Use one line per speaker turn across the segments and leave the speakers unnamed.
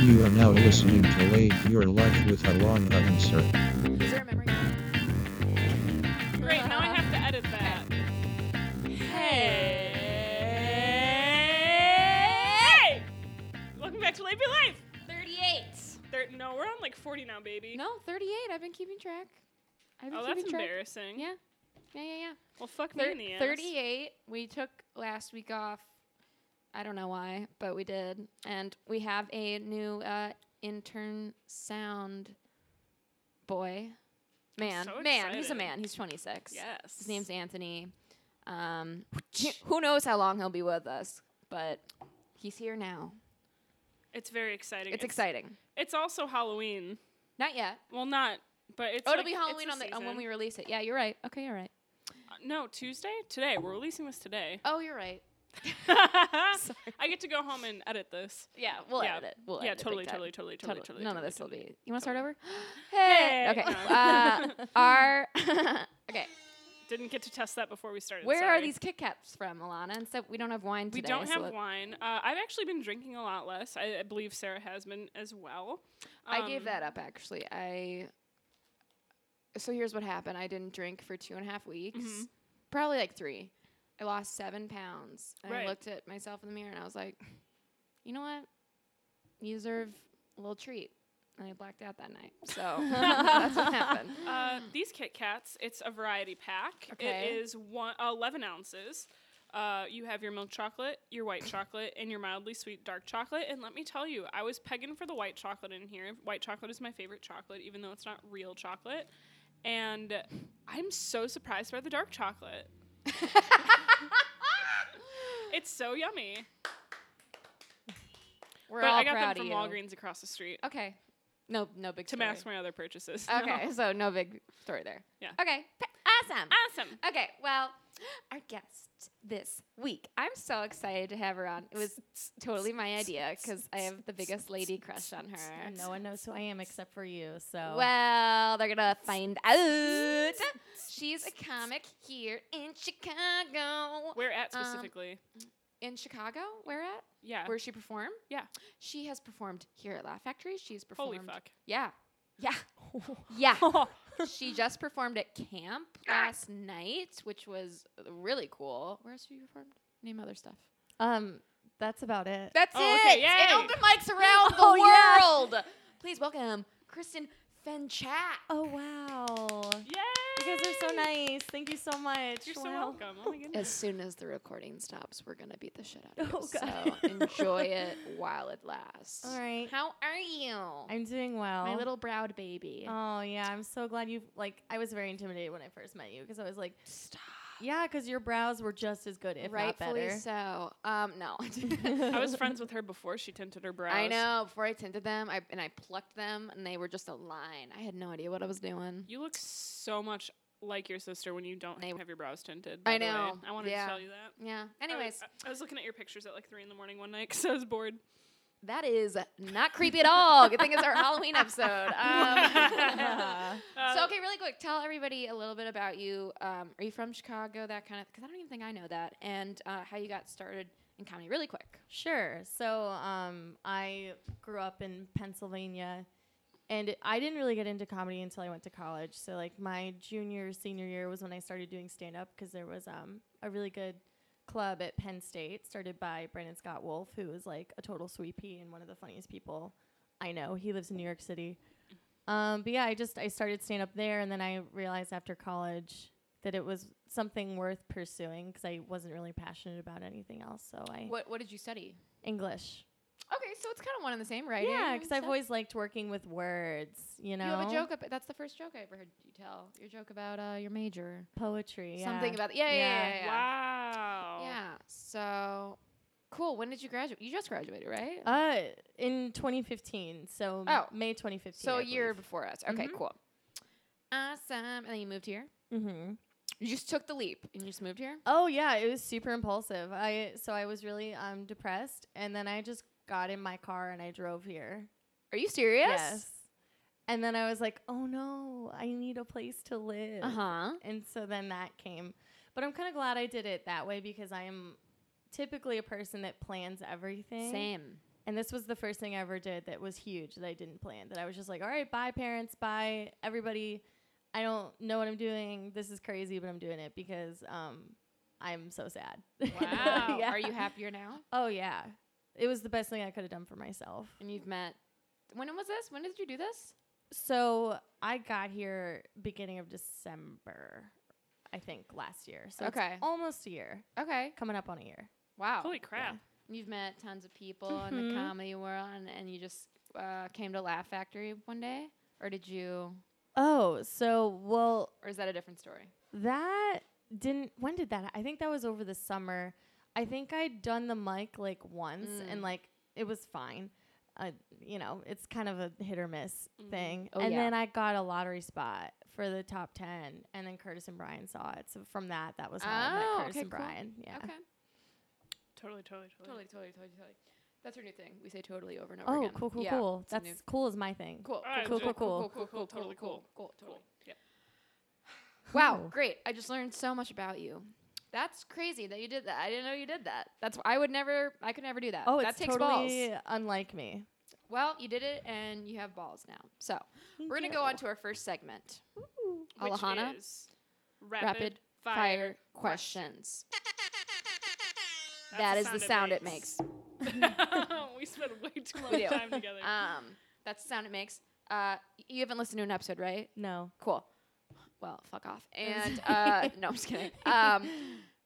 You are now listening to Live Your Life with Alon Answer.
Is there a memory?
Great, now I have to edit that. Hey! Welcome back to Late Be Life!
38.
There, no, we're on like 40 now, baby.
No, 38. I've been keeping track. I've been
oh,
keeping
that's
track.
embarrassing.
Yeah. Yeah, yeah, yeah.
Well, fuck me
Thir-
in the ass.
38. We took last week off. I don't know why, but we did. And we have a new uh, intern sound boy. Man.
so
man. He's a
excited.
man. He's 26.
Yes.
His name's Anthony. Um, he- who knows how long he'll be with us, but he's here now.
It's very exciting.
It's exciting.
It's also Halloween.
Not yet.
Well, not, but it's.
oh, it'll
like-
be
it's
Halloween on the
the
on when
season.
we release it. Yeah, you're right. Okay, you're right.
Uh, No, Tuesday? Today. We're releasing this today.
Oh, you're right. Sorry.
I get to go home and edit this.
Yeah, we'll
Yeah.
edit it. We'll
yeah,
edit it big
totally,
time.
totally, totally, totally, totally.
None of
totally,
this
totally.
will be. You want to start over?
Hey!
Okay.
No.
Uh, our okay.
Didn't get to test that before we started.
Where are
sorry.
these Kit Kats from, Alana? And so we don't have wine today.
We don't
so
have
it-
wine. Uh, I've actually been drinking a lot less. I, I believe Sarah has been as well.
I gave
Um,
that up actually. I so here's what happened. I didn't drink for two and a half weeks,
Mhm.
probably like three. I lost seven pounds. And
Right.
I looked at myself in the mirror and I was like, you know what? You deserve a little treat. And I blacked out that night. So that's what happened.
Uh, these Kit Kats, it's a variety pack.
Mm. Okay.
It is one, uh, 11 ounces. Uh, you have your milk chocolate, your white chocolate, and your mildly sweet dark chocolate. And let me tell you, I was pegging for the white chocolate in here. White chocolate is my favorite chocolate, even though it's not real chocolate. And I'm so surprised by the dark chocolate. It's so yummy.
We're
but
all
I got
proud
them from
of you.
Walgreens across the street
Okay. No, no big
to
story.
mask my other purchases. No.
Okay, so no big story there.
Yeah.
Okay. p- Awesome.
Awesome.
Okay, well, our guest this week. I'm so excited to have her on. It was totally my idea because I have the biggest lady crush on her.
Yes.
No one knows who I am except for you. So
Well, they're gonna find out. She's a comic here in Chicago.
Where at
Um,
specifically?
In Chicago? Where at?
yeah.
Where she perform?
Yeah.
She has performed here at Laugh Factory. She's performed.
Holy fuck.
Yeah. Yeah. Yeah. she just performed at camp last night, which was really cool. Where else have you performed? Name other stuff.
um, that's about it.
That's
Oh, okay,
it. And
yay.
open mics around the
Oh, yeah.
world. Please welcome Kristen Fenchak.
Oh wow,
Yay!
you guys are so nice. Thank you so much.
You're so
Wow.
welcome. Oh my
As
goodness.
soon as the recording stops, we're gonna beat the shit out of you.
Oh, God.
So enjoy it while it lasts.
All right.
How are you,
I'm doing well.
my little browed baby?
Oh yeah, I'm so glad you like. I was very intimidated when I first met you because I was like,
Stop.
yeah, because your brows were just as good, if not
Rightfully
better.
so. Um, no.
I was friends with her before she tinted her brows.
I know. Before I tinted them, I and I plucked them, and they were just a line. I had no idea what I was doing.
You look so much like your sister when you don't
They-
have your brows tinted.
I
by the way.
know.
I wanted
Yeah.
to tell you that.
Yeah.
I was-
Anyways,
I I was looking at your pictures at like three in the morning one night because I was bored.
that is not creepy at all. Good thing it's our Halloween episode. Um,
Uh,
Uh,
so okay, really quick, tell everybody a little bit about you. Um, are you from Chicago? That kind of because I don't even think I know that, and uh, how you got started in comedy. Really quick.
Sure. So um, I grew up in Pennsylvania, and it- I didn't really get into comedy until I went to college. So like my junior senior year was when I started doing stand up because there was um, a really good club at Penn State started by Brandon Scott Wolf, who is like a total sweet pea and one of the funniest people I know. He lives in New York City. Um, but yeah, I just I started stand up there, and then I realized after college that it was something worth pursuing because I wasn't really passionate about anything else. So I
What What did you study?
English.
Okay, so it's kind of one and the same, right?
Yeah, because I've always liked working with words. You know,
You have a joke. Ab- that's the first joke I ever heard you tell. Your joke about uh, your major.
poetry, yeah.
Something about yeah, yeah, yeah.
Yeah.
yeah, yeah.
Wow.
Yeah. So cool. When did you graduate? You just graduated, right?
Uh, in 2015, so
Oh.
May 2015.
so a year before us. Okay,
Mhm.
cool. Awesome. And then you moved here.
Mm-hmm.
You just took the leap and you just moved here.
Oh yeah, it was super impulsive. I so I was really um depressed, and then I just got in my car and I drove here.
Are you serious?
And then I was like, oh no, I need a place to live.
Uh huh.
And so then that came. But I'm kind of glad I did it that way because I am typically a person that plans everything.
Same.
And this was the first thing I ever did that was huge that I didn't plan. That I was just like, all right, bye, parents, bye, everybody. I don't know what I'm doing. This is crazy, but I'm doing it because um, I'm so sad.
Wow.
Yeah.
Are you happier now?
Oh, yeah. It was the best thing I could have done for myself.
And you've met. When was this? When did you do this?
So I got here beginning of December, I think, last year. So it's
Okay.
almost a year,
Okay.
coming up on a year.
Wow.
Holy crap.
You've met tons of people in the
Mhm.
comedy world, and, and you just uh, came to Laugh Factory one day, or did you?
Oh, so well,
Or is that a different story?
that didn't. When did that? I think that was over the summer. I think I'd done the mic like once,
Mm.
and like it was fine. Uh, you know, it's kind of a hit or miss
Mhm.
thing.
Oh,
and
yeah.
then I got a lottery spot for the top ten, and then Curtis and Brian saw it. So from that, that was how I met
Oh,
Curtis
okay,
and
cool.
Brian. Yeah.
Okay.
Totally, totally, totally.
Totally, totally, totally, totally. That's her new thing. We say totally over and over
Oh,
again.
cool, cool,
Yeah,
cool.
it's a
That's
new-
cool is my thing.
cool,
Alright,
cool, cool, cool, cool, cool,
cool,
cool,
cool,
cool,
totally cool,
cool,
cool, totally.
Cool. Yep.
Wow, great. I just learned so much about you. That's crazy that you did that. I didn't know you did that. That's I would never I could never do that.
Oh,
that
it's
takes
totally
balls.
unlike me.
Well, you did it and you have balls now. So we're gonna go on to our first segment.
Which
Alahana?
is
Rapid,
rapid,
fire,
fire,
questions.
That's
That is the sound it makes.
we spent way too
We
long
do.
time together.
Um that's the sound it makes. Uh y- you haven't listened to an episode, right?
No.
Cool. Well, fuck off. And uh, no, I'm just kidding. Um,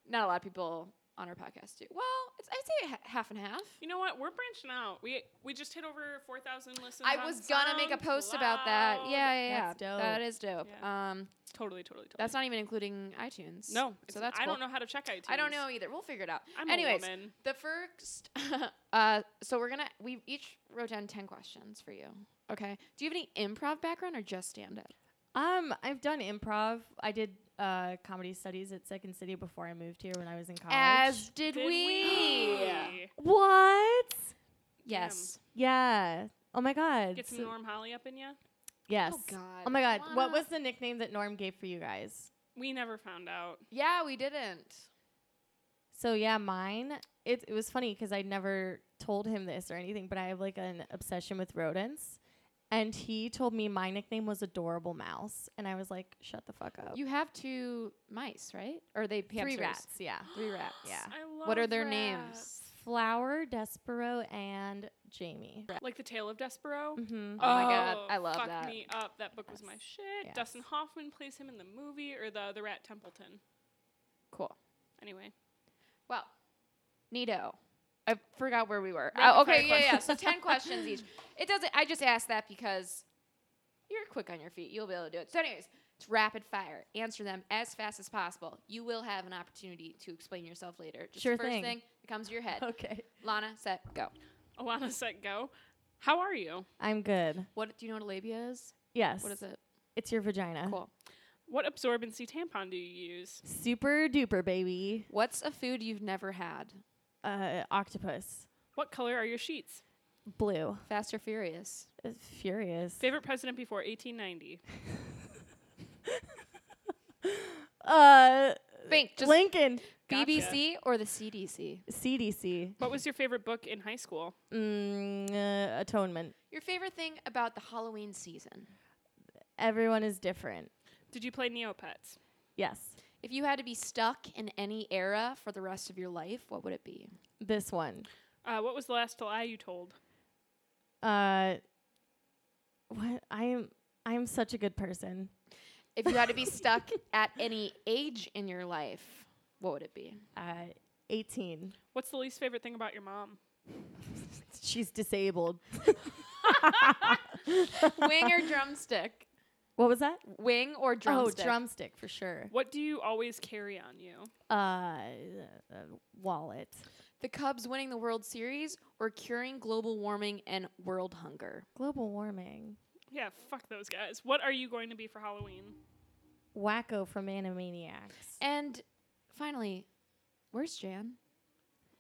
not a lot of people on our podcast do. Well, it's, I'd say h- half and half.
you know what? We're branching out. We we just hit over four thousand listens.
I
on
was gonna make a post about that.
SoundCloud.
Yeah, yeah, yeah.
That's dope.
That is dope. Um,
Totally, totally, totally.
that's not even including iTunes.
no.
so
it's-
that's
I
cool.
don't know how to check iTunes.
I don't know either. We'll figure it out.
I'm
Anyways,
a woman.
the first. uh, so we're gonna we each wrote down ten questions for you. Okay. Do you have any improv background or just stand up?
Um, I've done improv. I did uh, comedy studies at Second City before I moved here when I was in college.
As did,
Did we?
what?
Yes.
Yeah. Oh my God.
Get some
So-
Norm Holly up in ya.
yes.
Oh God.
Oh my God. What
Alana.
was the nickname that Norm gave for you guys?
We never found out.
Yeah, we didn't.
So yeah, mine. It it was funny because I never told him this or anything, but I have like an obsession with rodents, and he told me my nickname was adorable mouse, and I was like, shut the fuck up.
You have two mice, right? Or are they hamsters?
Three rats. Yeah.
Three rats.
Yeah.
I love
What are their
rats.
Flower, Despero, and Jamie.
Like the Tale of Despero.
Mm-hmm.
Oh my God, I love
fuck
that.
me up. That book was my
Yes.
shit.
Yes.
Dustin Hoffman plays him in the movie or the the Rat Templeton.
Cool.
Anyway,
Well, Nito. I forgot where we were.
Rapid
Oh,
fire
okay, yeah, yeah.
questions.
So ten questions each. It doesn't. I just asked that because you're quick on your feet. You'll be able to do it. So, anyways, it's rapid fire. Answer them as fast as possible. You will have an opportunity to explain yourself later. Just
Sure
the first
thing.
that comes to your head.
Okay.
Lana, set, go.
Alana set go. How are you?
I'm good.
What do you know what a labia is?
Yes.
What is it?
It's your vagina.
Cool.
What absorbency tampon do you use?
Super duper baby.
What's a food you've never had?
Uh, octopus.
What color are your sheets?
Blue.
Fast or Furious?
Uh, Furious.
Favorite president before 1890.
Uh,
Think. Just
Lincoln.
BBC or the CDC?
CDC.
What was your favorite book in high school?
Mm, uh, atonement.
Your favorite thing about the Halloween season?
Everyone is different.
Did you play Neopets?
Yes.
If you had to be stuck in any era for the rest of your life, what would it be?
This one.
Uh, what was the last lie you told?
Uh, what? I am. I am such a good person.
If you had to be stuck at any age in your life, what would it be?
Uh, 18.
What's the least favorite thing about your mom?
She's disabled.
Wing or drumstick?
What was that?
Wing or drumstick?
Oh, drumstick for sure.
What do you always carry on you?
Uh, uh, wallet.
The Cubs winning the World Series or curing global warming and world hunger?
Global warming.
Yeah, fuck those guys. What are you going to be for Halloween?
Wacko from Animaniacs.
And finally, where's Jan?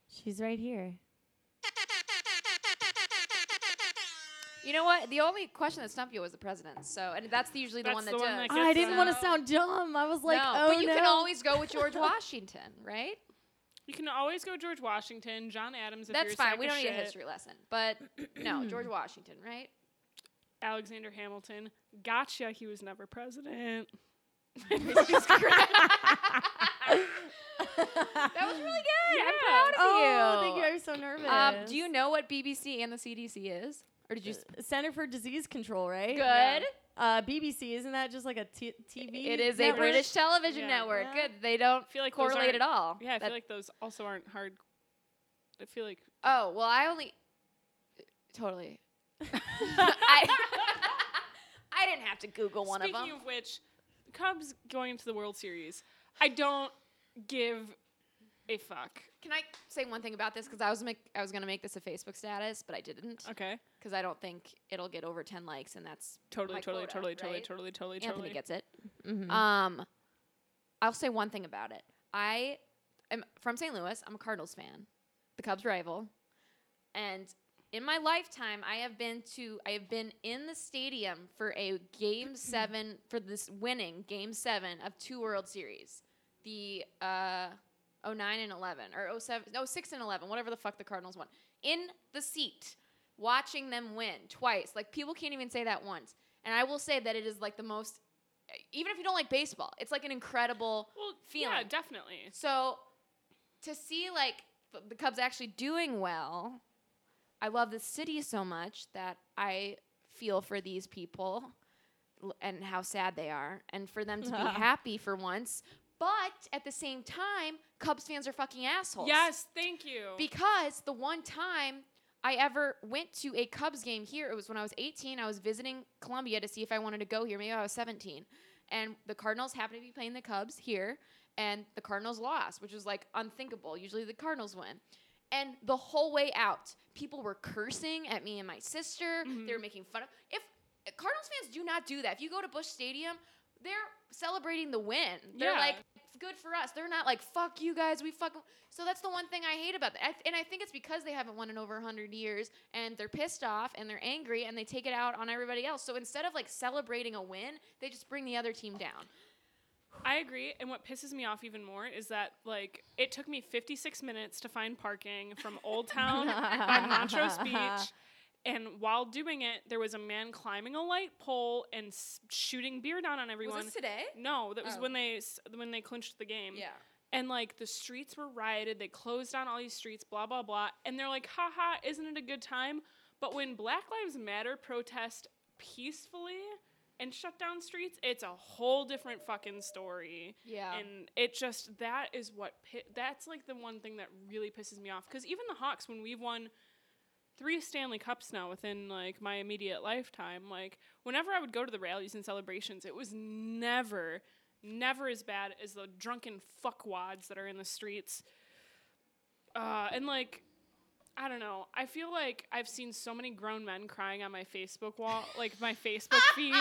She's right here.
You know what? The only question that stumped you was the president. So, and that's the, usually the
That's
one that
the
does.
one that
Ah, I
gets uh,
didn't want to
So-
sound dumb. I was like,
no,
oh
but you
no.
can always go with George Washington, right?
You can always go George Washington, John Adams. If you're
That's
a sack
fine. We
of
don't need a
shit,
history lesson. But no, George Washington, right?
Alexander Hamilton. Gotcha. He was never president.
That was really good. I'm
Yeah.
proud of
Oh,
you.
thank you. I was so nervous.
Um, do you know what BBC and the CDC is? Or did you? s-
Center for Disease Control, right?
Good.
Uh, BBC, isn't that just like a t- TV?
It is a
network?
British television
Yeah.
network.
Yeah.
Good. They don't
feel like those
correlate
aren't-
at all.
Yeah, I
That-
feel like those also aren't hard. I feel like
Oh well, I only totally. I, I didn't have to Google one
Speaking
of them.
which, Cubs going into the World Series. I don't give a fuck.
Can I say one thing about this? Because I was make, I was gonna make this a Facebook status, but I didn't
Okay.
because I don't think it'll get over ten likes, and that's
Totally,
my
totally,
quota,
totally, totally,
right?
totally, totally,
Anthony
totally.
gets it.
Mhm.
Um, I'll say one thing about it. I am from St. Louis. I'm a Cardinals fan, the Cubs rival, and in my lifetime, I have been to I have been in the stadium for a game seven for this winning game seven of two World Series, the uh, 09 and 11 or 07 no 06 and 11 whatever the fuck the Cardinals won in the seat watching them win twice. Like people can't even say that once. And I will say that it is like the most even if you don't like baseball, it's like an incredible
Well, yeah,
feeling.
definitely.
so to see like th- the Cubs actually doing well, I love the city so much that I feel for these people l- and how sad they are and for them to be happy for once. But at the same time, Cubs fans are fucking assholes.
Yes, thank you.
Because the one time I ever went to a Cubs game here, it was when I was 18. I was visiting Columbia to see if I wanted to go here. Maybe I was 17. And the Cardinals happened to be playing the Cubs here, and the Cardinals lost, which was like unthinkable. Usually the Cardinals win. And the whole way out, people were cursing at me and my sister. They were making fun of. If Cardinals fans do not do that, if you go to Bush Stadium, they're celebrating the win. They're
Yeah.
like, good for us. They're not like fuck you guys. We fucking. So that's the one thing I hate about that. I th- and I think it's because they haven't won in over 100 years and they're pissed off and they're angry and they take it out on everybody else. So instead of like celebrating a win, they just bring the other team down.
I agree. And what pisses me off even more is that, like, it took me 56 minutes to find parking from Old Town by Montrose Beach. And while doing it, there was a man climbing a light pole and s- shooting beer down on everyone.
today?
no, that was
Oh.
when they s- when they clinched the game. And like the streets were rioted. They closed down all these streets. Blah blah blah. And they're like, haha, isn't it a good time? But when Black Lives Matter protest peacefully and shut down streets, it's a whole different fucking story
Yeah.
and it just that is what pi- that's like the one thing that really pisses me off because even the hawks when we've won three stanley cups now within like my immediate lifetime like whenever i would go to the rallies and celebrations it was never never as bad as the drunken fuckwads that are in the streets uh, and like I don't know. I feel like I've seen so many grown men crying on my Facebook wall, like my Facebook feed.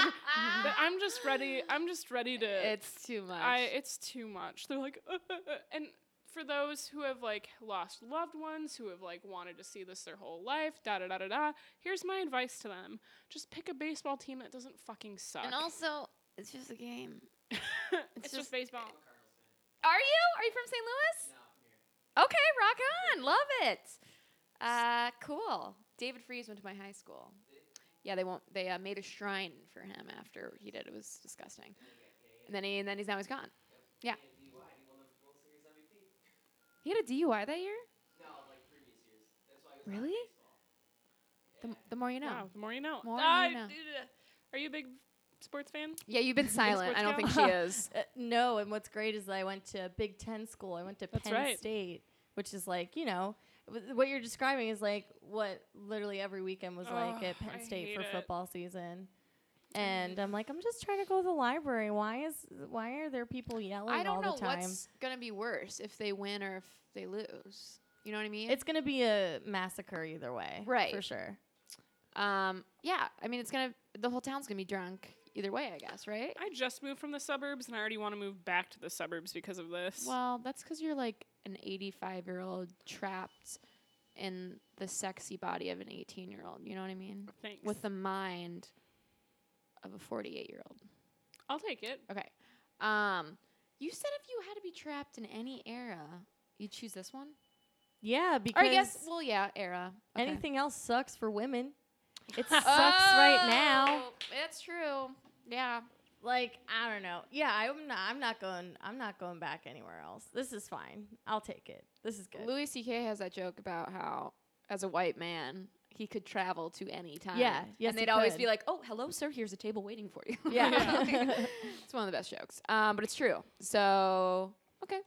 But I'm just ready. I'm just ready to.
It's too much.
I it's too much. They're like, and for those who have like lost loved ones, who have like wanted to see this their whole life, da da da da da. Here's my advice to them: just pick a baseball team that doesn't fucking suck.
and also, it's just a game.
it's,
just-
just baseball.
Are you? Are you from St. Louis? Okay, rock on. Love it. Uh, cool. David Freeze went to my high school. Yeah, they won't. They uh, made a shrine for him after he did. It was disgusting. And then he, and then he's now he's gone. Yeah. He had a DUI that year. Really? The, m- the more you know.
Wow, the more you know.
More
Ah,
you know.
duh. Are you a big sports fan?
Yeah, you've been silent. I don't think she
Sports
is.
Uh, no, and what's great is that I went to a Big Ten school. I went to
That's
Penn
right.
State, which is like you know wh- what you're describing is like what literally every weekend was like
Ugh,
at
I
Penn State
hate
for
it.
football season. And I'm like, I'm just trying to go to the library. Why is why are there people yelling
I
all
don't know
the time?
what's gonna be worse if they win or if they lose. You know what I mean?
It's gonna be a massacre either way,
Right.
For sure.
Um, yeah, I mean, it's gonna the whole town's gonna be drunk either way, I guess, right?
I just moved from the suburbs, and I already want to move back to the suburbs because of this.
Well, that's because you're like an 85 year old trapped in the sexy body of an 18 year old. You know what I mean?
Thanks.
With the mind of a 48 year old.
I'll take it.
Okay. Um, you said if you had to be trapped in any era, You choose this one?
Yeah, because
or I guess, well, yeah, era. Okay.
anything else sucks for women. It sucks right now.
Oh, That's true. Yeah.
Like I don't know. Yeah, I'm not. I'm not going. I'm not going back anywhere else. This is fine. I'll take it. This is good.
Louis C.K. has that joke about how, as a white man, he could travel to any time.
Yeah, yes,
and
he
they'd always
could.
be like, "Oh, hello, sir. Here's a table waiting for you."
Yeah.
it's one of the best jokes. Um, but it's true. So okay,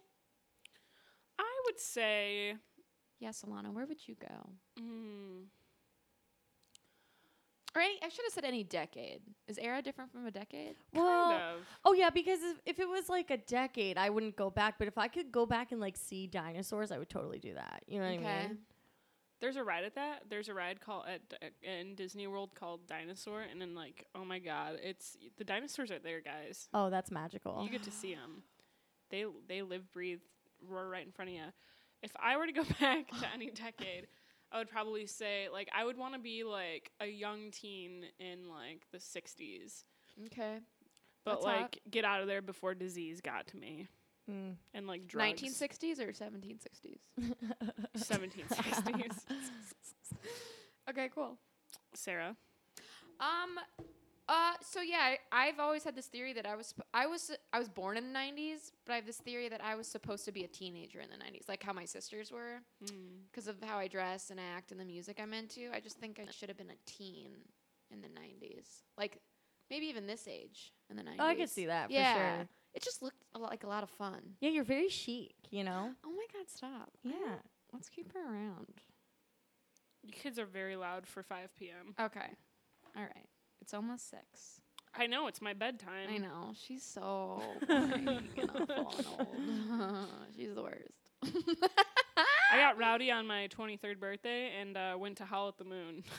I would say
yeah, Solana, where would you go?
mm,
Or any, I should have said any decade. Is era different from a decade?
well,
kind of.
oh yeah, because if, if it was like a decade, I wouldn't go back. But if I could go back and like see dinosaurs, I would totally do that. You know what I
Okay.
mean?
There's a ride at that. There's a ride called at D- in Disney World called Dinosaur, and then like, oh my god, it's the dinosaurs are there, guys.
Oh, that's magical.
You get to see them. They they live, breathe, roar right in front of you. If I were to go back to any decade, I would probably say like I would want to be like a young teen in like the '60s,
Okay.
but
That's
like
hot.
get out of there before disease got to me
Mm.
and like drugs.
1960s or 1760s?
1760s.
Okay, cool.
Sarah.
Um. Uh. So yeah, I, I've always had this theory that I was sp- I was I was born in the '90s, but I have this theory that I was supposed to be a teenager in the '90s, like how my sisters were,
Mm.
because of how I dress and act and the music I'm into. I just think I should have been a teen in the '90s, like maybe even this age in the '90s.
Oh, I could see that for
yeah.
sure.
It just looked a lot, like a lot of fun.
Yeah, you're very chic. You know?
Oh my God! Stop. I
Yeah.
don't- Let's keep her around.
You kids are very loud for 5 p.m.
Okay. All right. It's almost six.
I know it's my bedtime.
I know she's so boring and awful and old. she's the worst.
I got rowdy on my 23rd birthday and uh, went to Howl at the Moon.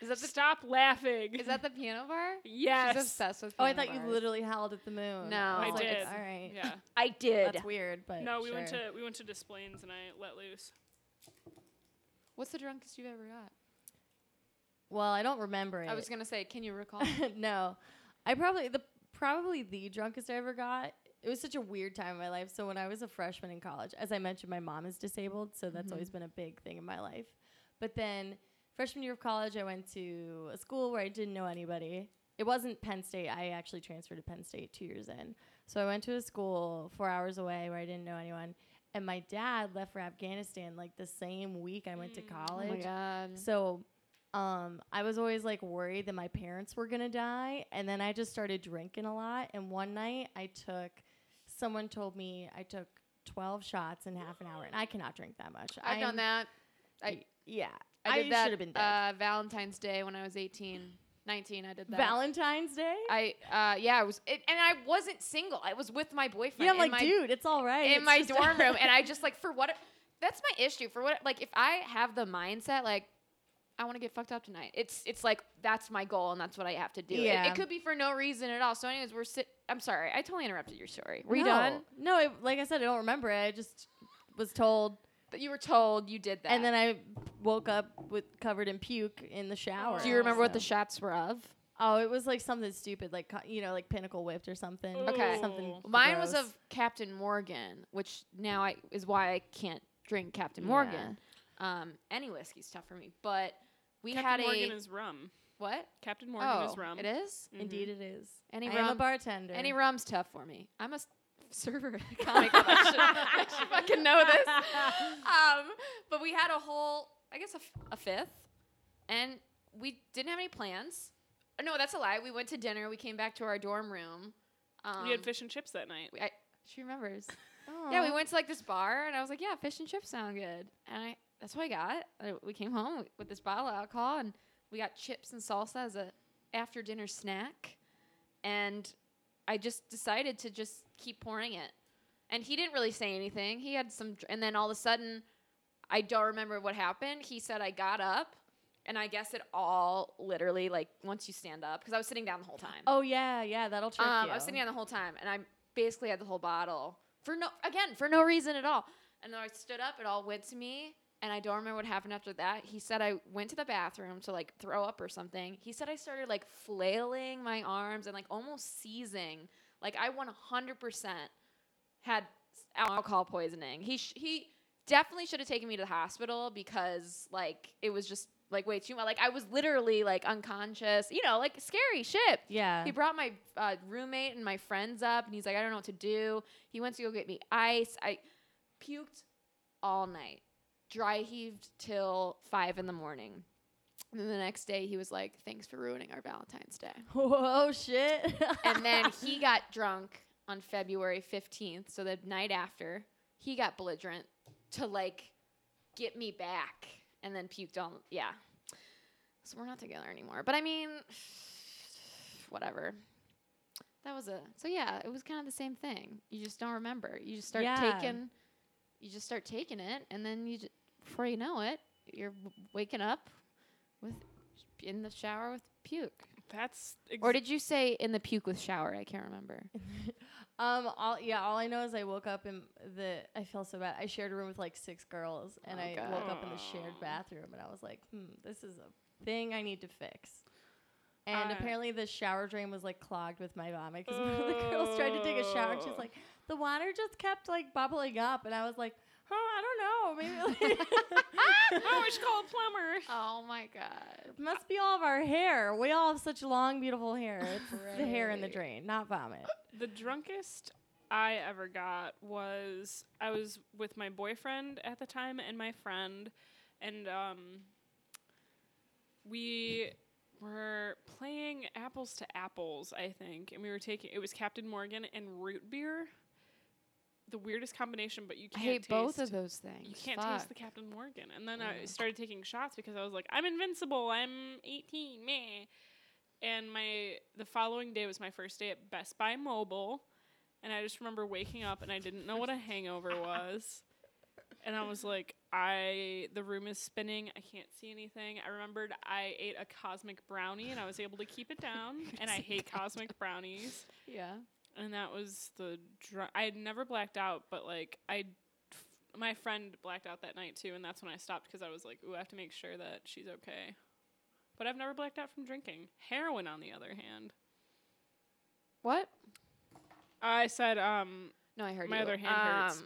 is that the
Stop laughing.
is that the piano bar?
yes?
She's obsessed with.
Oh, I
piano
thought you
bars.
literally howled at the moon.
No.
I
I
was like,
did.
All right.
Yeah.
I did.
That's weird, but
No, we went
sure.
to we went to Displains and I let loose.
What's the drunkest you've ever got?
Well, I don't remember it.
I was gonna say, can you recall?
no, I probably the probably the drunkest I ever got. It was such a weird time in my life. So when I was a freshman in college, as I mentioned, my mom is disabled, so that's
Mhm.
always
Mm-hmm.
been a big thing in my life. But then freshman year of college, I went to a school where I didn't know anybody. It wasn't Penn State. I actually transferred to Penn State two years in. So I went to a school four hours away where I didn't know anyone. And my dad left for Afghanistan like the same week I went to
Mm. Oh my
oh my
college.
god.
So um, I was always like worried that my parents were gonna die, and then I just started drinking a lot. And one night I took, someone told me I took twelve shots in half an hour, and I cannot drink that much.
I've done
I'm-
that. I-
y- yeah,
I did
I
that.
should've been dead.
Uh, Valentine's Day when I was 18, 19, I did that.
Valentine's Day.
I uh yeah, I was it, and I wasn't single. I was with my boyfriend.
yeah, I'm
in
like,
my
dude, it's all right.
in
It's
my
just-
dorm room and I just like for what that's my issue for what like if I have the mindset like I want to get fucked up tonight. It's it's like that's my goal and that's what I have to do. It- It,
Yeah.
could be for no reason at all. So anyways, we're sit I'm sorry. I totally interrupted your story. Were you
No.
done?
No, it, like I said, I don't remember it. I just was told,
That you were told you did that. Oh,
and then I woke up with covered in puke in the shower.
do you remember what
so-
the shots were of?
Oh, it was like something stupid, like co- you know, like pinnacle whipped or something.
Okay.
Something.
Mine was
gross.
of Captain Morgan, which now I is why I can't drink Captain
Yeah.
Morgan. Um any whiskey's tough for me, but we
Captain
had
Morgan
a
is rum.
what?
Captain Morgan
oh,
is rum.
It is?
Mhm.
Indeed, it is.
Any
I am a
rum?
bartender.
Any rum's tough for me. I'm a s- server at a comic club. I should, I should fucking know this. Um, but we had a whole, I guess, a, f- a fifth, and we didn't have any plans. Uh, No, that's a lie. We went to dinner. We came back to our dorm room. Um,
we had fish and chips that night.
we- I, she remembers. Yeah, we
Aw.
went to like this bar, and I was like, "Yeah, fish and chips sound good." And I, that's what I got. Uh, We came home with this bottle of alcohol, and we got chips and salsa as a after dinner snack. And I just decided to just keep pouring it. And he didn't really say anything. He had some, dr- and then all of a sudden, I don't remember what happened. He said I got up, and I guess it all literally like once you stand up because I was sitting down the whole time.
Oh yeah, yeah, that'll trick
Um,
you.
I was sitting down the whole time, and I basically had the whole bottle for no again for no reason at all. And then I stood up, it all went to me, and I don't remember what happened after that. He said I went to the bathroom to like throw up or something. He said I started like flailing my arms and like almost seizing, like I 100% had alcohol poisoning. He sh- he definitely should have taken me to the hospital because like it was just like way too much. Like I was literally like unconscious, you know, like scary shit.
Yeah.
He brought my uh, roommate and my friends up, and he's like, I don't know what to do. He went to go get me ice. I puked all night, dry heaved till five in the morning. And then the next day, he was like, Thanks for ruining our Valentine's Day.
Whoa, Oh, shit.
And then he got drunk on February 15th. So the night after, he got belligerent to like get me back and then puked on. Yeah. So we're not together anymore. But I mean, whatever. That was a. So yeah, it was kind of the same thing. You just don't remember. You just start
Yeah.
taking. You just start taking it, and then you, ju- before you know it, you're w- waking up with in the shower with puke.
That's ex-
Or did you say in the puke with shower? I can't remember.
um. All yeah. All I know is I woke up in the. I feel so bad. I shared a room with like six girls, and
Oh,
I
God.
woke up in the shared bathroom, and I was like, hmm, this is a thing I need to fix. And
I-
apparently the shower drain was like clogged with my vomit because one of the girls tried to take a shower and she's
Oh.
like, the water just kept like bubbling up, and I was like, oh, I don't know, maybe. Like
oh, I should call a plumber.
Oh my god.
Must be all of our hair. We all have such long, beautiful hair. It's the hair in the
Right.
drain, not vomit.
The drunkest I ever got was I was with my boyfriend at the time and my friend, and um, we were playing apples to apples, I think, and we were taking it was Captain Morgan and root beer. The weirdest combination, but you
I
can't
hate both of
taste-
those things.
You can't
Fuck.
taste the Captain Morgan. And then I
Yeah.
started taking shots because I was like, I'm invincible. I'm 18. Meh. And my the following day was my first day at Best Buy Mobile, and I just remember waking up and I didn't know what a hangover was. And I was like, I the room is spinning. I can't see anything. I remembered I ate a cosmic brownie and I was able to keep it down. and I hate cosmic brownies
Yeah.
and that was the dr- I had never blacked out, but like I, f- my friend blacked out that night too, and that's when I stopped because I was like, "Ooh, I have to make sure that she's okay." But I've never blacked out from drinking. Heroin, on the other hand,
What?
I said, um,
No, I heard
My
you. Um,
other hand hurts.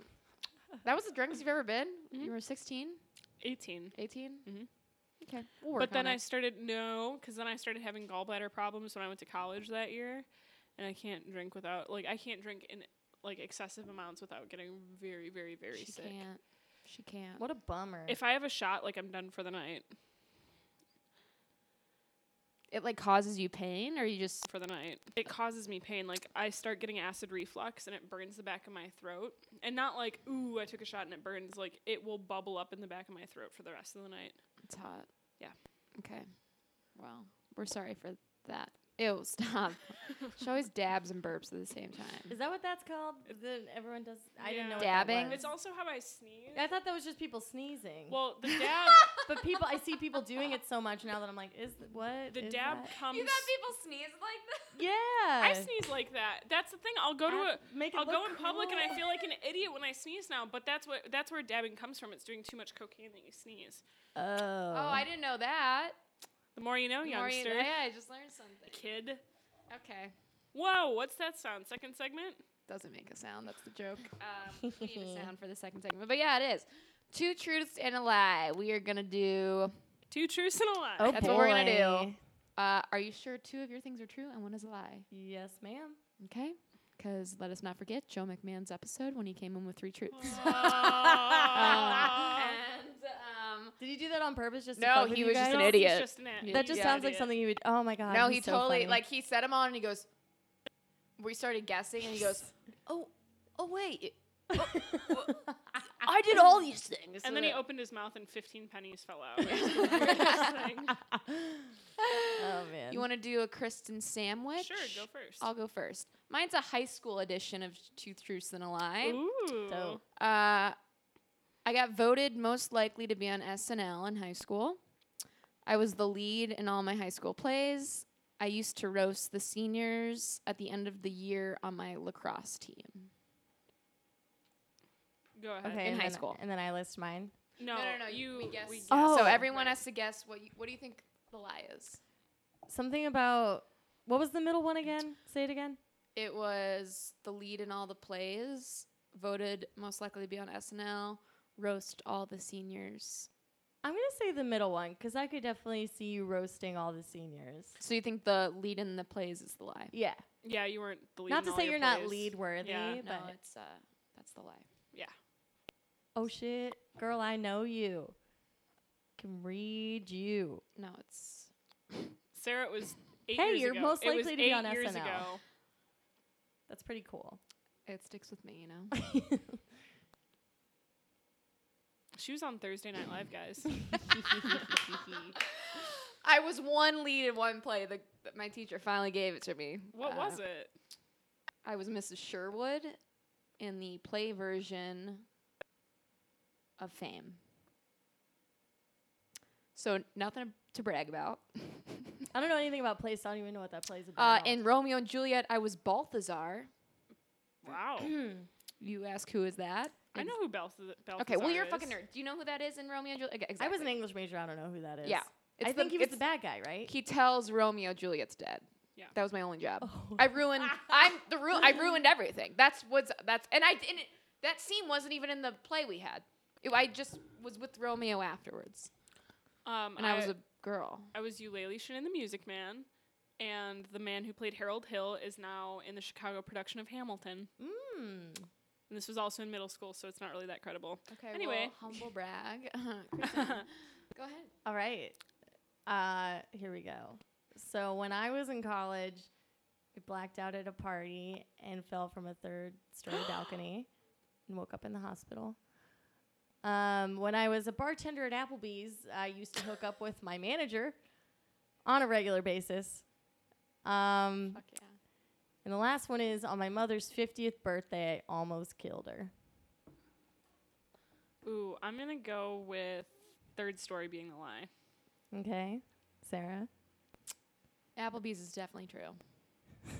That was the drunkest you've ever been?
Mhm.
You were 16,
eighteen.
18?
Mhm.
Okay. We'll work
But then
on
I
it.
started no, because then I started having gallbladder problems when I went to college that year, and I can't drink without like I can't drink in like excessive amounts without getting very, very, very
she
sick.
can't. She can't.
What a bummer.
If I have a shot, like I'm done for the night.
It like causes you pain or you just
for the night. It causes me pain. Like I start getting acid reflux and it burns the back of my throat. And not like, ooh, I took a shot and it burns. Like it will bubble up in the back of my throat for the rest of the night.
it's hot.
Yeah.
Okay. Well, we're sorry for that. Ew, stop. she always dabs and burps at the same time.
Is that what that's called? Then everyone does. I didn't know.
Yeah.
What that
Dabbing?
was.
It's also how I sneeze.
I thought that was just people sneezing.
well, the dab
but people, I see people doing it so much now that I'm like, is th- what?
the
is
dab
that?
comes
people sneeze like that?
Yeah.
I sneeze like that. That's the thing. I'll go to a
Make it
I'll go
look
in public and I
cool.
feel like an idiot when I sneeze now, but that's what that's where dabbing comes from. It's doing too much cocaine that you sneeze.
Oh.
Oh, I didn't know that.
The more you know,
More
youngster.
you know- yeah, I just learned something.
Kid.
Okay.
Whoa, what's that sound? Second segment?
Doesn't make a sound. That's the joke. Um, we need a sound for the second segment. But yeah, it is. Two truths and a lie. We are going to do.
Two truths and a lie.
Oh,
That's what we're gonna do.
boy.
Uh, are you sure two of your things are true and one is a lie?
Yes, ma'am.
Okay? Because let us not forget Joe McMahon's episode when he came in with three truths.
Aw.
and um,
Did he do that on purpose? Just to
No,
fuck with
he
you
was just
guys?
an
No, he's
idiot.
just an a-
That
That
he's
just
an
sounds like
idiot.
something he would. Oh my god.
no,
he's
he
so
totally
funny.
like he set him on and he goes. We started guessing and he goes, "Oh, oh wait, I did all these things."
And then he
opens.
opened his mouth and 15 pennies fell out. It was the weirdest thing.
oh man.
You want to do a Kristen sandwich?
Sure, go first.
I'll go first. Mine's a high school edition of Two Truths and a Lie.
Ooh.
Dope.
Uh, I got voted most likely to be on SNL in high school. I was the lead in all my high school plays. I used to roast the seniors at the end of the year on my lacrosse team.
Go ahead.
okay
in
and
high
then-
school.
And then I list mine.
No,
no, no, no,
You,
we guessed.
guessed.
Oh.
so everyone
Right.
has to guess what you, what do you think the lie is?
Something about what was the middle one again? Say it again.
It was the lead in all the plays. voted most likely to be on SNL, roast all the seniors.
I'm gonna say the middle one because I could definitely see you roasting all the seniors.
So you think the lead in the plays is the lie?
Yeah,
Yeah, you weren't the lead.
not
in
to
all
say
your
you're not
plays.
lead worthy,
Yeah.
but
No, it's uh, that's the lie.
oh shit, girl, I know you. Can read you.
No, it's
Sarah it was eight
Hey,
years
you're
ago.
most
It was
likely to be
eight
on
years
SNL.
ago.
That's pretty cool.
it sticks with me, you know.
She was on Thursday Night Live, guys.
I was one lead in one play. The, my teacher finally gave it to me. Uh,
Uh,
What was it?
I was Mrs. Sherwood in the play version of Fame. So nothing to brag about.
I don't know anything about plays. So I don't even know what that plays
Uh,
about.
in Romeo and Juliet, I was Balthazar.
Wow.
You ask who is that?
I know who Belth.
Okay, well you're a
is.
fucking nerd. Do you know who that is in Romeo and Juliet? Okay,
I was an
exactly.
English major. I don't know who that is.
Yeah, It's
I
the-
think he was the
it's-
bad guy, right?
He tells Romeo Juliet's dead.
Yeah.
that was my only job.
Oh.
I ruined. I'm the ru- I ruined everything. That's what's that's and I didn't. That scene wasn't even in the play we had. It- I just was with Romeo afterwards,
Um,
and I, was a girl.
I was Eulalie in The Music Man, and the man who played Harold Hill is now in the Chicago production of Hamilton.
Mm.
And this was also in middle school, so it's not really that credible.
Okay.
Anyway.
well, humble brag. Kristen, Go ahead.
All right. Uh, here we go. So when I was in college, I blacked out at a party and fell from a third story balcony and woke up in the hospital. Um, when I was a bartender at Applebee's, I used to hook up with my manager on a regular basis. Um,
Fuck yeah.
and the last one is on my mother's 50th birthday, I almost killed her.
Ooh, I'm gonna go with third story being the lie.
Okay, Sarah?
Applebee's is definitely true. I'm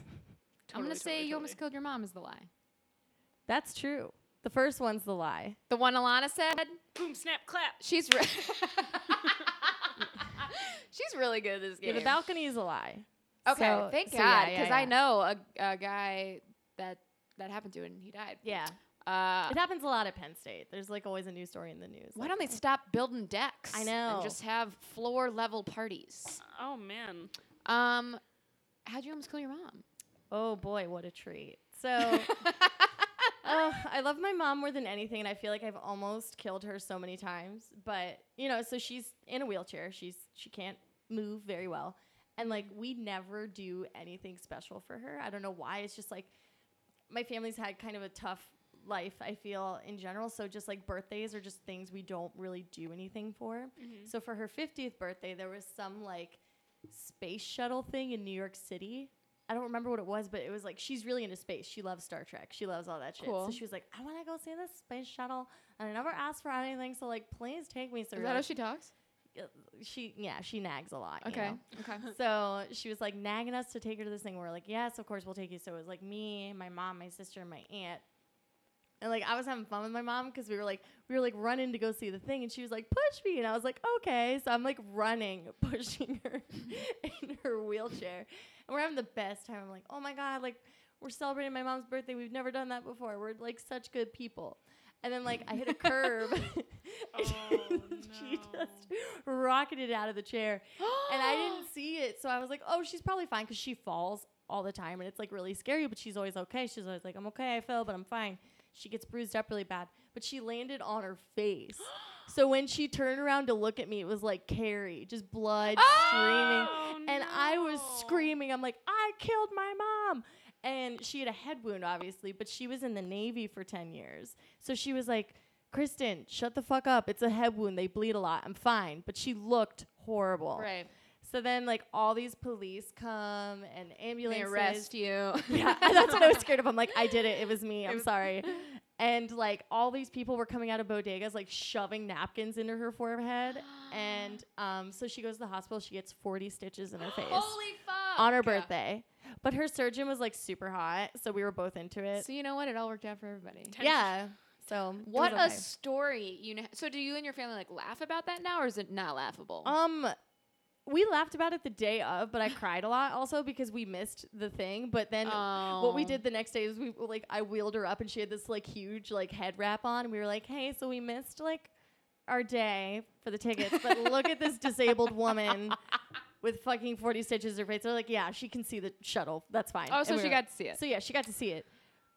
Totally,
gonna say
totally,
you almost
totally.
killed your mom is the lie.
That's true. The first one's the lie.
The one Alana said.
Boom! Snap! Clap!
She's re- she's really good at this
Yeah,
game.
the balcony is a lie.
Okay,
So-
thank
so
God,
yeah,
'cause
yeah,
I
yeah.
know a, a guy that that happened to and he died.
Yeah.
Uh,
It happens a lot at Penn State. There's like always a new story in the news.
why
like
don't they
that.
stop building decks?
I
And
know.
just have floor level parties.
Oh man,
Um, how'd you almost kill your mom?
Oh boy, what a treat. So uh, I love my mom more than anything, and I feel like I've almost killed her so many times. But you know, so she's in a wheelchair. She's she can't move very well, and like we never do anything special for her. I don't know why. It's just like my family's had kind of a tough life. I feel in general. So just like birthdays are just things we don't really do anything for.
Mm-hmm.
So for her 50th birthday, there was some like space shuttle thing in New York City. I don't remember what it was, but it was like she's really into space. She loves Star Trek. She loves all that shit.
Cool.
So she was like, "I want to go see this space shuttle, and I never asked for anything. So like, please take me." So
Is
we're
that how
like,
she talks?
she, yeah, she nags a lot. you
Okay.
know?
Okay.
so she was like nagging us to take her to this thing. We're like, yes, of course we'll take you. So it was like me, my mom, my sister, and my aunt. And like I was having fun with my mom because we were like we were like running to go see the thing, and she was like push me, and I was like okay. So I'm like running, pushing her in her wheelchair, and we're having the best time. I'm like oh my god, like we're celebrating my mom's birthday. We've never done that before. We're like such good people. And then like I hit a curb, and
Oh,
she
no.
just rocketed out of the chair, and I didn't see it. So I was like, oh, she's probably fine because she falls all the time and it's like really scary, but she's always okay. She's always like, I'm okay, I fell, but I'm fine. She gets bruised up really bad, but she landed on her face. so when she turned around to look at me, it was like Carrie, just blood streaming.
Oh,
And I was
no.
screaming, I'm like, I killed my mom. And she had a head wound, obviously, but she was in the Navy for 10 years. So she was like, Kristen, shut the fuck up. It's a head wound. They bleed a lot. I'm fine. But she looked horrible.
Right.
So then, like, all these police come and
They
ambulances.
arrest you.
Yeah, that's what I was scared of. I'm like, I did it. It was me.
It
I'm
was-
sorry. And like, all these people were coming out of bodegas, like, shoving napkins into her forehead. And um, so she goes to the hospital. She gets 40 stitches in her face
Holy fuck.
on her birthday. But her surgeon was like super hot, so we were both into it.
So you know what? It all worked out for everybody.
Ten-
Yeah. So it
What
was
a
okay.
story you know. So do you and your family like laugh about that now, or is it not laughable?
um, we laughed about it the day of, but I cried a lot also because we missed the thing. But then what we
Oh.
did the next day is we like I wheeled her up and she had this like huge like head wrap on. And we were like, hey, so we missed like our day for the tickets, but look at this disabled woman with fucking forty stitches in her face. They're like, yeah, she can see the shuttle. That's fine.
Oh,
And
so
we
she
were-
got to see it.
so yeah, she got to see it,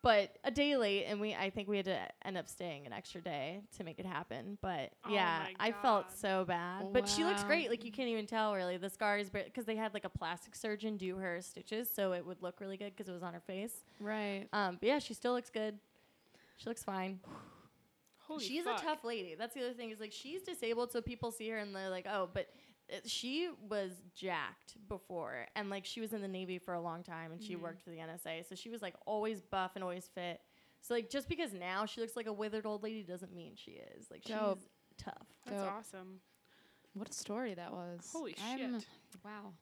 but a day late, and we I think we had to end up staying an extra day to make it happen. But
Oh
yeah,
my
I felt
God.
so bad. But she looks
Wow.
great. Like you can't even tell really the scars, but because they had like a plastic surgeon do her stitches, so it would look really good because it was on her face.
Right.
Um, but yeah, she still looks good. She looks fine.
Holy
she's
fuck.
a tough lady. That's the other thing is like she's disabled, so people see her and they're like, oh, but. uh, She was jacked before, and like she was in the Navy for a long time, and she worked for the NSA, so she was like always buff and always fit. So like just because now she looks like a withered old lady doesn't mean she is like
Dope.
she's tough.
That's
Dope.
awesome.
What a story that was.
Holy
I'm-
shit.
Wow.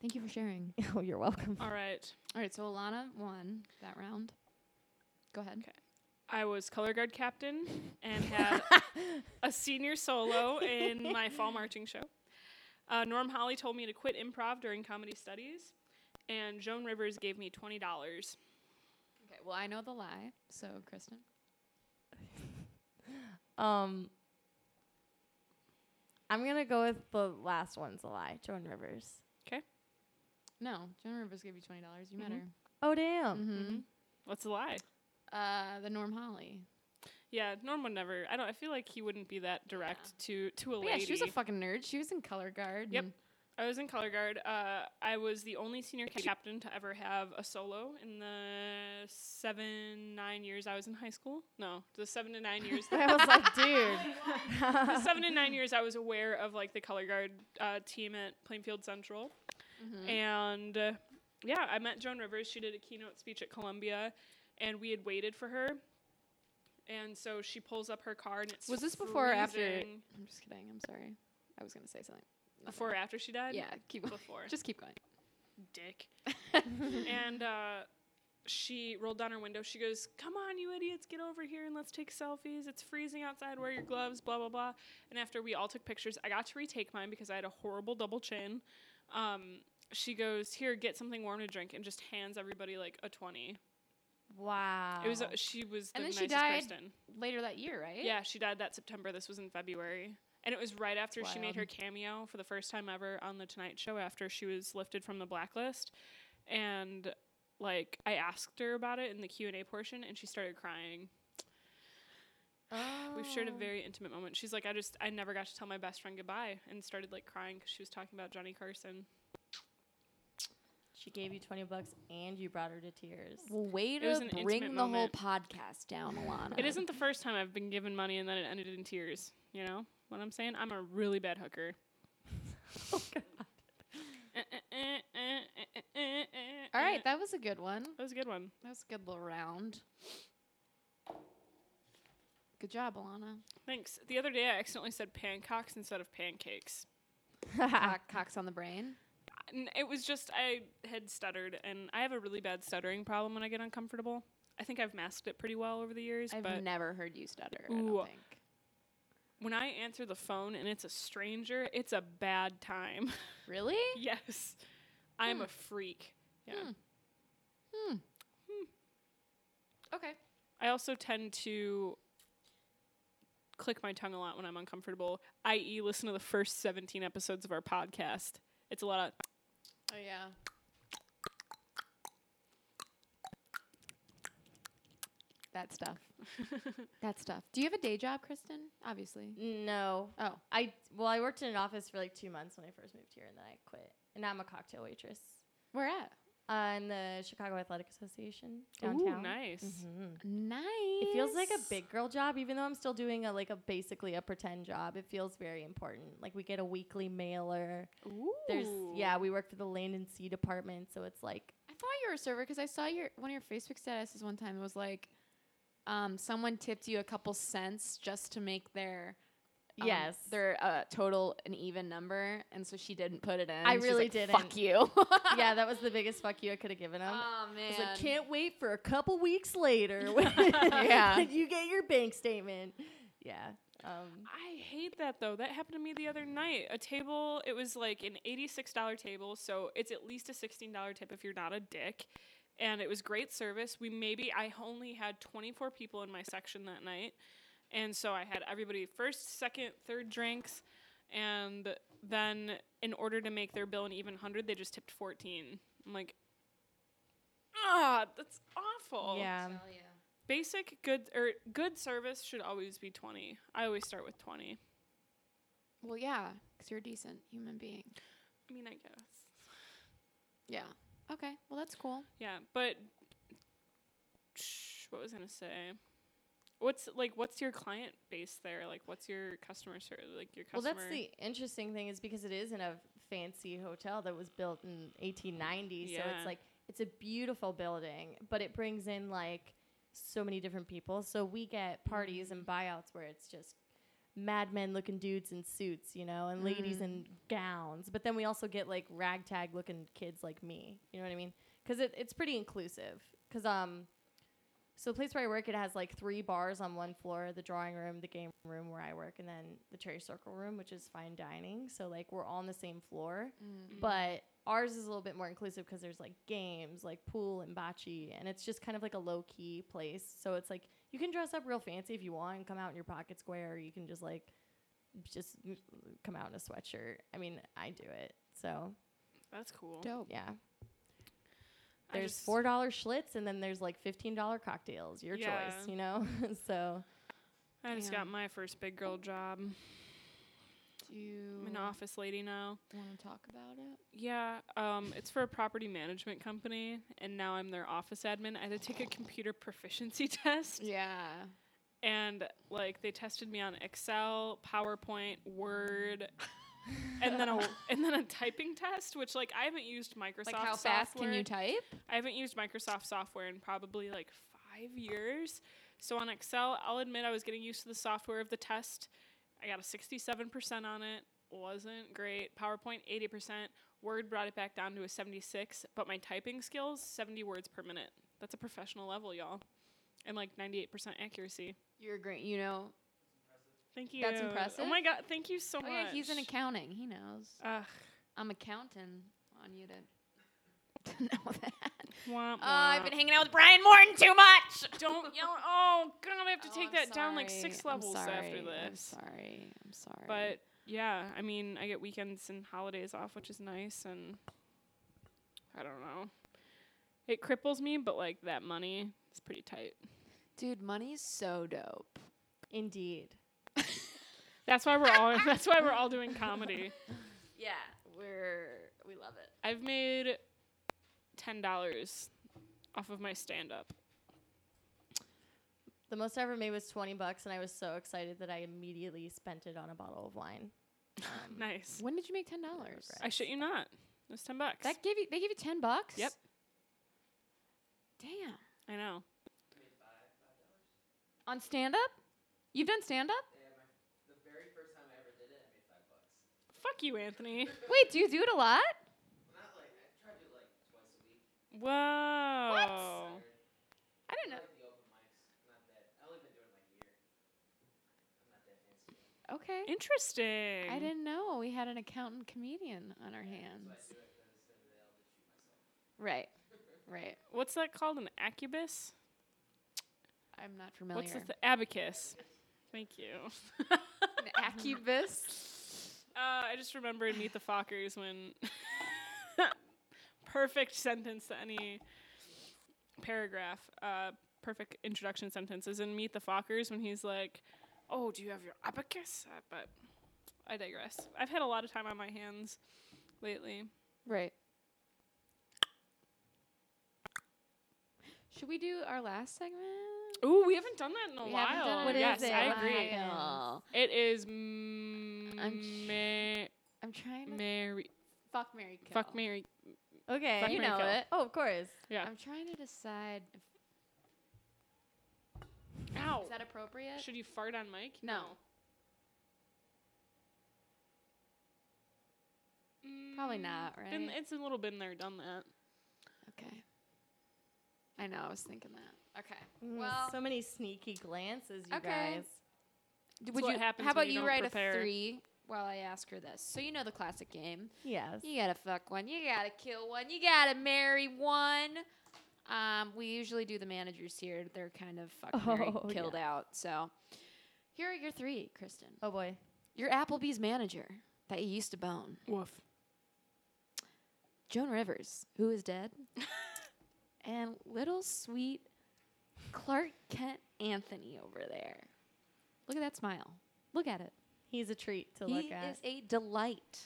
Thank you for sharing.
oh, you're welcome.
All right.
All right, so Alana won that round. Go ahead.
I was color guard captain and had a senior solo in my fall marching show. Uh, Norm Holly told me to quit improv during comedy studies, and Joan Rivers gave me twenty dollars.
Okay, well, I know the lie, so Kristen.
Um, I'm gonna go with the last one's a lie, Joan Rivers.
No, Joan Rivers gave you $20. You met
Mhm.
her.
Oh damn!
Mm-hmm.
What's a lie?
Uh, the Norm Holly.
Yeah, Norm would never. I don't. I feel like he wouldn't be that direct to to a
But
lady.
yeah, she was a fucking nerd. She was in color guard.
Yep.
and-
I was in color guard. Uh, I was the only senior ca- captain to ever have a solo in the seven nine years I was in high school. No, the seven to nine years.
I was like,
the
dude.
seven to nine years I was aware of like the color guard uh, team at Plainfield Central,
Mm-hmm.
and uh, yeah, I met Joan Rivers. She did a keynote speech at Columbia, and we had waited for her. And so she pulls up her car, and it's
Was this before or after-
freezing.
I'm just kidding. I'm sorry. I was going to say something. Never
Before or
mind.
after she died?
Yeah, keep going.
before.
Just keep going.
dick. and uh, she rolled down her window. She goes, Come on, you idiots, get over here and let's take selfies. It's freezing outside. Wear your gloves, blah, blah, blah. And after we all took pictures, I got to retake mine because I had a horrible double chin. Um, she goes, Here, get something warm to drink, and just hands everybody like a 20.
wow.
It was, uh, she was the
And then
nicest
she died.
person.
Later that year, right?
Yeah, she died that September. This was in February. And it was right after she made
wild.
her cameo for the first time ever on The Tonight Show after she was lifted from the blacklist. And like I asked her about it in the Q&A portion and she started crying. We've shared a
Oh.
very intimate moment. She's like I just I never got to tell my best friend goodbye and started like crying cuz she was talking about Johnny Carson.
She gave you 20 bucks and you brought her to tears.
Way
was
to
an intimate
bring the whole
moment.
podcast down, Alana.
It isn't the first time I've been given money and then it ended in tears, you know? What I'm saying? I'm a really bad hooker.
Oh,
Uh,
All right, that was a good one.
That was a good one.
That was a good little round. Good job, Alana.
Thanks. The other day I accidentally said pancakes instead of pancakes.
Cock, cocks on the brain.
And it was just I had stuttered and I have a really bad stuttering problem when I get uncomfortable. I think I've masked it pretty well over the years,
I've
but
never heard you stutter. I
Ooh.
don't think.
when I answer the phone and it's a stranger, it's a bad time.
Really?
yes. I'm a freak. Yeah.
Hmm. Hmm. Okay.
I also tend to click my tongue a lot when I'm uncomfortable, i.e., listen to the first 17 episodes of our podcast. It's a lot of
Oh yeah. That stuff. that stuff. Do you have a day job, Kristen? Obviously.
No.
Oh.
I well, I worked in an office for like two months when I first moved here, and then I quit. And now I'm a cocktail waitress
Where at?
uh, in the Chicago Athletic Association
Ooh,
downtown.
nice.
Mhm.
Nice.
It feels like a big girl job, even though I'm still doing a like a basically a pretend job. It feels very important. Like we get a weekly mailer.
Ooh.
There's yeah, we work for the land and sea department, so it's like
I thought you were a server because I saw your one of your Facebook statuses one time was like, um, someone tipped you a couple cents just to make their um,
yes,
their uh, total an even number, and so she didn't put it in.
I
She's
really
like, Fuck
didn't.
you.
yeah, that was the biggest fuck you I could have given them.
Oh man.
It's like, can't wait for a couple weeks later when
Yeah.
you get your bank statement. Yeah. Um,
I hate that though. That happened to me the other night. A table, it was like an $86 table, so it's at least a $16 tip if you're not a dick. And it was great service. We maybe I only had 24 people in my section that night. And so I had everybody first, second, third drinks and then in order to make their bill an even 100, they just tipped 14. I'm like ah, that's awful.
yeah.
Tell ya.
Basic good or good service should always be 20. I always start with 20.
Well, yeah, because you're a decent human being.
I mean, I guess.
Yeah. Okay. Well, that's cool.
Yeah, but Shh, what was I gonna say? What's like? What's your client base there? Like, what's your customer service? Like your
Well,
customer.
that's the interesting thing is because it is in a fancy hotel that was built in 1890, so
Yeah.
it's like it's a beautiful building, but it brings in like so many different people. So we get parties
Mm.
and buyouts where it's just madmen looking dudes in suits, you know, and ladies
Mm.
in gowns. But then we also get like ragtag looking kids like me. You know what I mean? Because it, it's pretty inclusive. Because um, so the place where I work, it has like three bars on one floor: the drawing room, the game room where I work, and then the cherry circle room, which is fine dining. So like we're all on the same floor,
Mm-hmm.
but ours is a little bit more inclusive because there's like games, like pool and bocce, and it's just kind of like a low key place. So it's like you can dress up real fancy if you want and come out in your pocket square, or you can just like just mm, come out in a sweatshirt. I mean, I do it. So
That's cool.
Dope.
yeah,
I
there's
just-
four dollar Schlitz, and then there's like fifteen dollar cocktails. Your
Yeah.
choice, you know. so
I just
Yeah.
got my first big
Oh.
girl job.
Do you
I'm an office lady now.
want to talk about it?
Yeah, um, it's for a property management company, and now I'm their office admin. I had to take a computer proficiency test.
Yeah.
and like they tested me on Excel, PowerPoint, Word, and then a and then a typing test, which like I haven't used Microsoft.
like, how fast can
software.
you type?
I haven't used Microsoft software in probably like five years. So on Excel, I'll admit I was getting used to the software of the test. I got a 67% on it. Wasn't great. PowerPoint, 80%. Word brought it back down to a 76, but my typing skills, 70 words per minute. That's a professional level, y'all. And like 98% accuracy.
You're great. You know.
Thank you.
That's impressive.
Oh my god, thank you so
Oh,
much.
yeah, he's in accounting. He knows.
Ugh,
I'm accounting on you to, to know that.
womp, womp.
Oh, I've been hanging out with Brian Morton too much.
Don't yell. Oh god, I have to
Oh,
take
I'm
that down like
sorry.
six
I'm
levels after
sorry. I'm
this.
sorry. I'm sorry.
But yeah, I mean, I get weekends and holidays off, which is nice, and I don't know. It cripples me, but like that money is pretty tight.
dude, money's so dope.
indeed.
That's why we're all. that's why we're all doing comedy.
Yeah, we're we love it.
I've made ten dollars off of my stand up.
The most I ever made was 20 bucks, and I was so excited that I immediately spent it on a bottle of wine. Um,
Nice.
When did you make ten dollars?
regret.
I shit you not. It was ten bucks.
That gave you they gave you ten bucks.
Yep.
Damn.
I know.
On stand up? You've done stand up?
The very first time I ever did it, I made five bucks.
Fuck you, Anthony.
Wait, do you do it a lot?
Not like I tried to like twice a week.
Whoa. Oh.
I don't
Like the open mics, not that. I only been doing it like a year. I'm not that fancy. yet.
know. Okay.
Interesting.
I didn't know we had an accountant comedian on our hands.
Do it because instead of that, I'll just shoot myself.
Right. Right.
What's that called? An acubus?
I'm not familiar.
What's the th- abacus? Thank you.
An acubus?
Uh, I just remembered Meet the Fockers when perfect sentence to any paragraph, uh, perfect introduction sentence is in Meet the Fockers when he's like, "Oh, do you have your abacus?" Uh, but I digress. I've had a lot of time on my hands lately.
Right. Should we do our last segment?
Ooh, we haven't done that in a
We
while.
haven't done it
What
in a
yes,
is it?
I
What
agree.
happened?
while.
It is
sh-
Mary,
I'm trying to
Mary,
fuck Mary Kill.
fuck Mary.
Okay.
Fuck,
You
Mary,
know
Kill.
it.
Oh, of course.
Yeah.
I'm trying to decide if
Ow.
is that appropriate?
Oh. Should you fart on mic?
No. Probably
Mm,
not,
Been,
right?
it's a little been there, done that.
Okay. I know, I was thinking that. Okay.
Mm,
Well-
so many sneaky glances, you
Okay.
guys.
D-
what
you,
happens
How
when
about
you
you,
don't
write
prepare.
a three while I ask her this? So you know the classic game.
Yes.
You gotta fuck one. You gotta kill one. You gotta marry one. Um, we usually do the managers here. They're kind of fuck, marry,
Oh,
killed out. So here are your three, Kristen.
Oh boy.
Your Applebee's manager that you used to bone,
Woof.
Joan Rivers, who is dead, and little sweet Clark Kent Anthony over there. Look at that smile. Look at it.
He's a treat to
he
look at.
is a delight.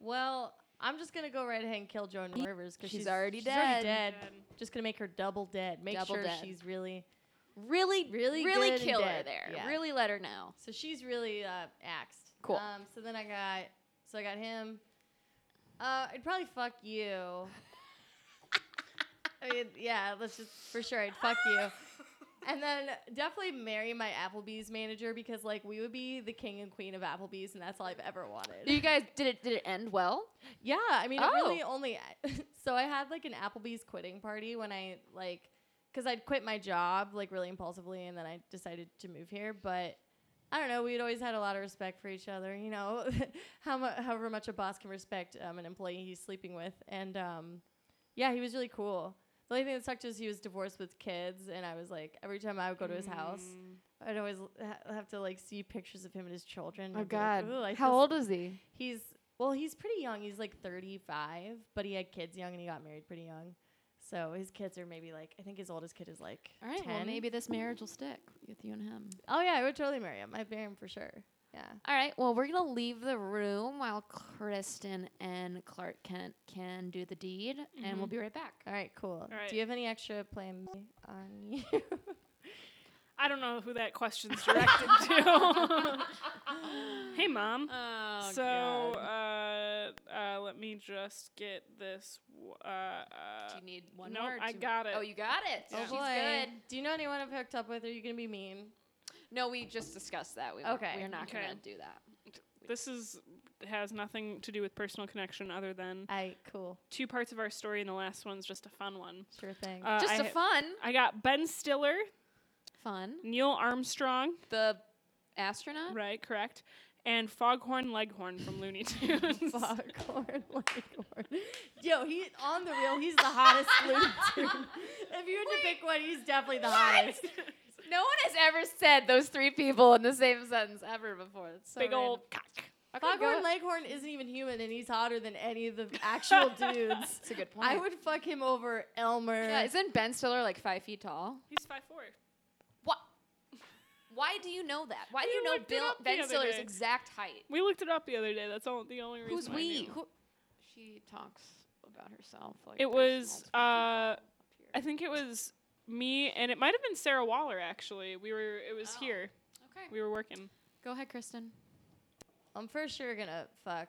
well, I'm just gonna go right ahead and kill Joan Rivers because
she's already dead.
Just gonna make her double dead. Make
Double
sure
dead.
she's really.
Really,
Really good
really
and
kill her
dead.
there.
Yeah.
Really let her know.
So she's really uh, axed.
Cool.
Um, so then I got. So I got him. Uh, I'd probably fuck you. I mean, yeah, let's just for sure. I'd fuck you. And then definitely marry my Applebee's manager because like we would be the king and queen of Applebee's, and that's all I've ever wanted.
You guys did it. Did it end well?
Yeah, I mean, it really
Oh.
only. so I had like an Applebee's quitting party when I like, because I'd quit my job like really impulsively, and then I decided to move here. But I don't know. We'd always had a lot of respect for each other. You know, how mu- however much a boss can respect um, an employee he's sleeping with, and um, yeah, he was really cool. The only thing that sucked is he was divorced with kids, and I was like, every time I would go to his house,
Mm.
I'd always l- ha- have to like see pictures of him and his children. and I'd be like, "Ooh, I
Oh, How
feel
old is he?
He's well, he's pretty young. He's like 35, but he had kids young and he got married pretty young. So his kids are maybe like I think his oldest kid is like
All right.
10.
Well, maybe this marriage will stick with you and him.
Oh yeah, I would totally marry him. I'd marry him for sure. Yeah.
All right. Well, we're gonna leave the room while Kristen and Clark Kent can do the deed, and we'll be right back.
All right, cool.
right.
Do you have any extra plan B on you?
I don't know who that question's directed to. hey, mom.
Oh,
so, uh, uh, let me just get this. w- Uh, uh,
do you need one
nope,
more? or
I
two-
got it.
Oh, you got it.
Yeah.
Oh
She's
boy.
good.
Do you know anyone I've hooked up with? Are you gonna be mean?
No, we just discussed that. We won't-
Okay.
We're not
Okay.
gonna do that.
this is has nothing to do with personal connection other than
I cool.
two parts of our story, and the last one's just a fun one.
Sure thing.
Uh,
just
I
a
ha-
fun,
I got Ben Stiller,
fun.
Neil Armstrong,
The astronaut.
right, correct, and Foghorn Leghorn from Looney Tunes.
Foghorn Leghorn. Yo, he on the real. He's the hottest Looney Tune. If you had to pick one, he's definitely the hottest.
No one has ever said those three people in the same sentence ever before. That's so
Big
random.
old cock.
Okay, go
Foghorn
with-
Leghorn isn't even human, and he's hotter than any of the actual dudes.
That's a good point.
I would fuck him over Elmer.
Yeah, isn't Ben Stiller like five feet tall?
He's five four.
What? Why do you know that? Why do
We
you know
looked it
Bill
up the
Ben
other
Stiller's
day.
exact height?
We looked it up the other day. That's all, the only reason.
Who's
I
we?
knew.
Who? She talks about herself. Like
It was. Uh, I
okay.
think it was me, and it might have been Sarah Waller. Actually, we were. It was
Oh.
here. We were working.
Go ahead, Kristen.
I'm for sure gonna fuck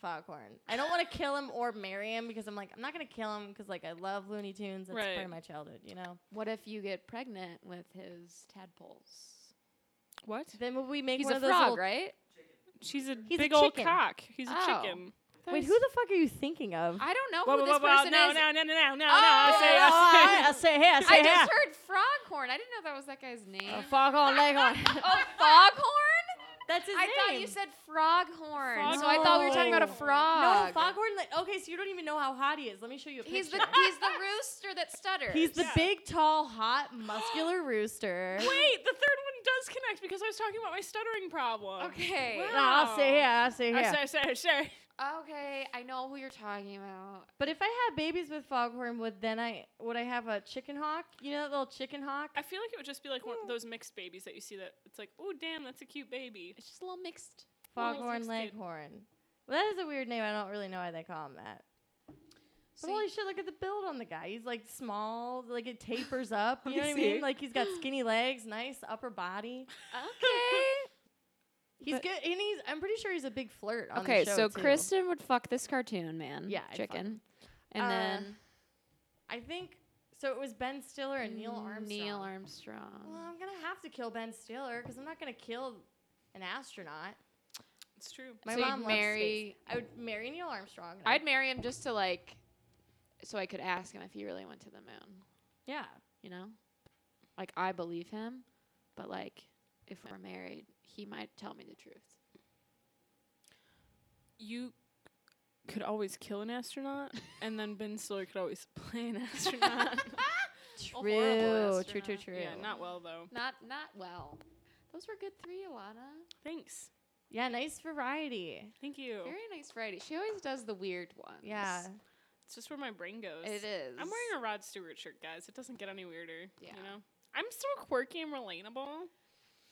Foghorn. I don't want to kill him or marry him because I'm like I'm not gonna kill him because like I love Looney Tunes. That's
Right.
part of my childhood, you know.
What if you get pregnant with his tadpoles?
What?
Then would we make
He's
one
a
of those
frog,
little-
right?
She's a
He's a
big old
chicken.
cock. He's a
Oh.
chicken.
Wait, who the fuck are you thinking of?
I don't know
Whoa,
who
whoa,
this
whoa, whoa,
person
no,
is.
no, no, no, no, no,
Oh,
I say, I say.
I say, hey, I say,
I
hey.
just heard Froghorn. I didn't know that was that guy's name.
Uh, Foghorn Leghorn.
oh, Foghorn?
That's his
I
name.
thought you said Froghorn.
Frog
So I thought we were talking about a
No.
frog.
no Foghorn. Le- okay, so you don't even know how hot he is. Let me show you a picture.
He's the he's the rooster that stutters.
He's the
Yeah.
big, tall, hot, muscular rooster.
oh.
Wait, the third one does connect because I was talking about my stuttering problem.
Okay.
Wow.
I'll say here. I'll say
I
here.
say, I say, I say.
Okay, I know who you're talking about.
But if I had babies with foghorn, would then I would I have a chicken hawk? You know that little chicken hawk?
I feel like it would just be like one of those mixed babies that you see that it's like, oh damn, that's a cute baby.
It's just a little mixed.
Well,
Foghorn
it's like skin.
leghorn. Well, that is a weird name. I don't really know why they call him that.
So
but
you-
holy shit! Look at the build on the guy. He's like small, like it tapers up.
Let
You
me
know what I
see.
mean? Like he's got skinny legs, nice upper body.
okay.
He's
But-
good, and he's. I'm pretty sure he's a big flirt on
okay,
the show
so
too.
Kristen would fuck this cartoon man.
Yeah, I'd fuck
chicken. And
Uh,
then
I think so. It was Ben Stiller
Um,
and Neil Armstrong.
Neil Armstrong.
Well, I'm gonna have to kill Ben Stiller because I'm not gonna kill an astronaut.
It's true.
My
So you'd
mom loves
marry-
space. I would marry Neil Armstrong. and I-
I'd marry him just to like so I could ask him if he really went to the moon,
yeah.
you know? Like I believe him, but like if we're married, he might tell me the truth.
You could always kill an astronaut, and then Ben Stiller could always play an astronaut.
True, true, true, true.
Yeah, not well though.
Not not well. Those were good three, Alana.
Thanks.
Yeah, nice variety.
Thank you.
Very nice variety. She always does the weird ones.
Yeah.
It's just where my brain goes.
It is.
I'm wearing a Rod Stewart shirt, guys. It doesn't get any weirder.
Yeah.
You know? I'm still quirky and relatable.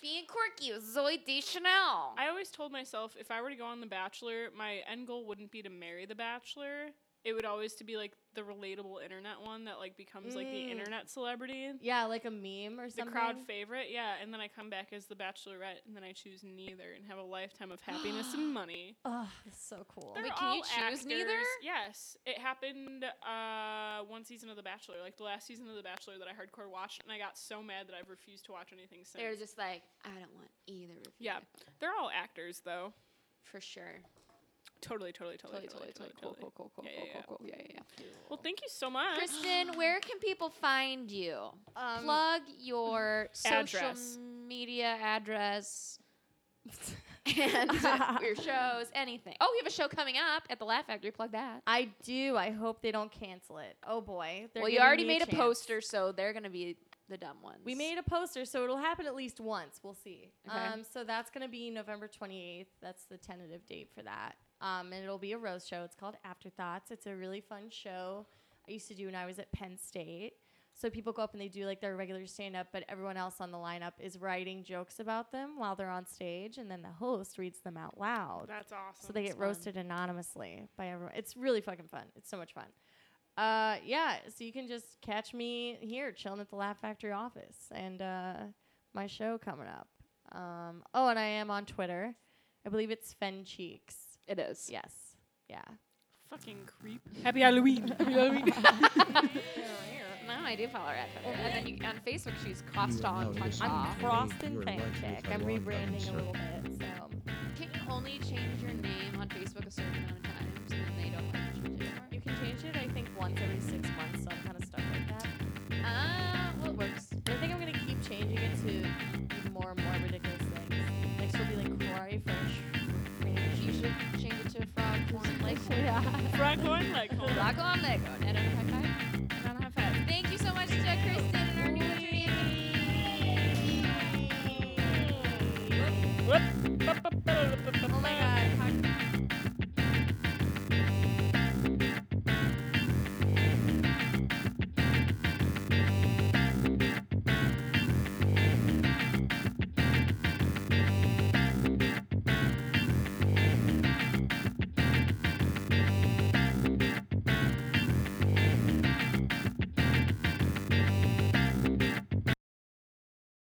being quirky with Zoe Deschanel.
I always told myself if I were to go on The Bachelor, my end goal wouldn't be to marry The Bachelor. It would always to be like the relatable internet one that like becomes like the
Mm.
internet celebrity.
Yeah, like a meme or
The
something.
crowd favorite, yeah, and then I come back as the bachelorette, and then I choose neither and have a lifetime of happiness and money.
Oh, that's so cool.
They're
Wait, can you
all
choose neither?
actors. Yes, it happened uh, one season of The Bachelor, like the last season of The Bachelor that I hardcore watched, and I got so mad that I've refused to watch anything since.
They're just like, I don't want either of you.
yeah, they're all actors though.
For sure.
Totally, totally, totally,
Totally, totally, totally. Cool, cool, cool, cool,
Yeah,
cool,
yeah,
cool, cool. Yeah, yeah,
Well, thank you so much.
yeah. Kristen, where can people find you?
Um,
Plug your social
Address.
media address and your shows, anything. Oh, we have a show coming up at the Laugh Factory. Plug that.
I do. I hope they don't cancel it. Oh boy. They're
well, you
giving
already
me
made a,
chance.
poster, so they're gonna be the dumb ones.
We made a poster, so it'll happen at least once. We'll see.
Okay.
Um, so that's going to be November 28th. That's the tentative date for that. Um, and it'll be a rose show. It's called Afterthoughts. It's a really fun show I used to do when I was at Penn State. So people go up and they do like their regular stand up, but everyone else on the lineup is writing jokes about them while they're on stage, and then the host reads them out loud.
That's awesome.
So they
It's
get
fun.
roasted anonymously by everyone. It's really fucking fun. It's so much fun. Uh, yeah. So you can just catch me here chilling at the Laugh Factory office and uh, my show coming up. Um, oh, and I am on Twitter. I believe it's Fen Cheeks.
It is.
Yes. Yeah.
fucking creep. Happy Halloween. Happy Halloween.
No, I do follow her at Twitter. And then you, on Facebook, she's cost
You are now
on punch
listening
off.
I'm
Hey,
crossed
Ah, you
and
are
fan
likely
check.
to
I'm
have long
rebranding a
bones,
little bit. So
Can you only change your name on Facebook a certain amount of times, and then they don't want to change it anymore?
you can change it. I think once every six months. So I'm kind of stuck like that.
Ah, well, it works.
But I think I'm gonna keep changing it to more and more ridiculous things. Like she'll be like Corey Fresh.
You should change it to frog horn leg.
Frog horn, like hold on.
Frog on leg horn. And a high five.
Not a high five.
Thank you so much to Kristen and our new attorney.
Whoop, whoop, ba, ba, ba, ba, ba,
Oh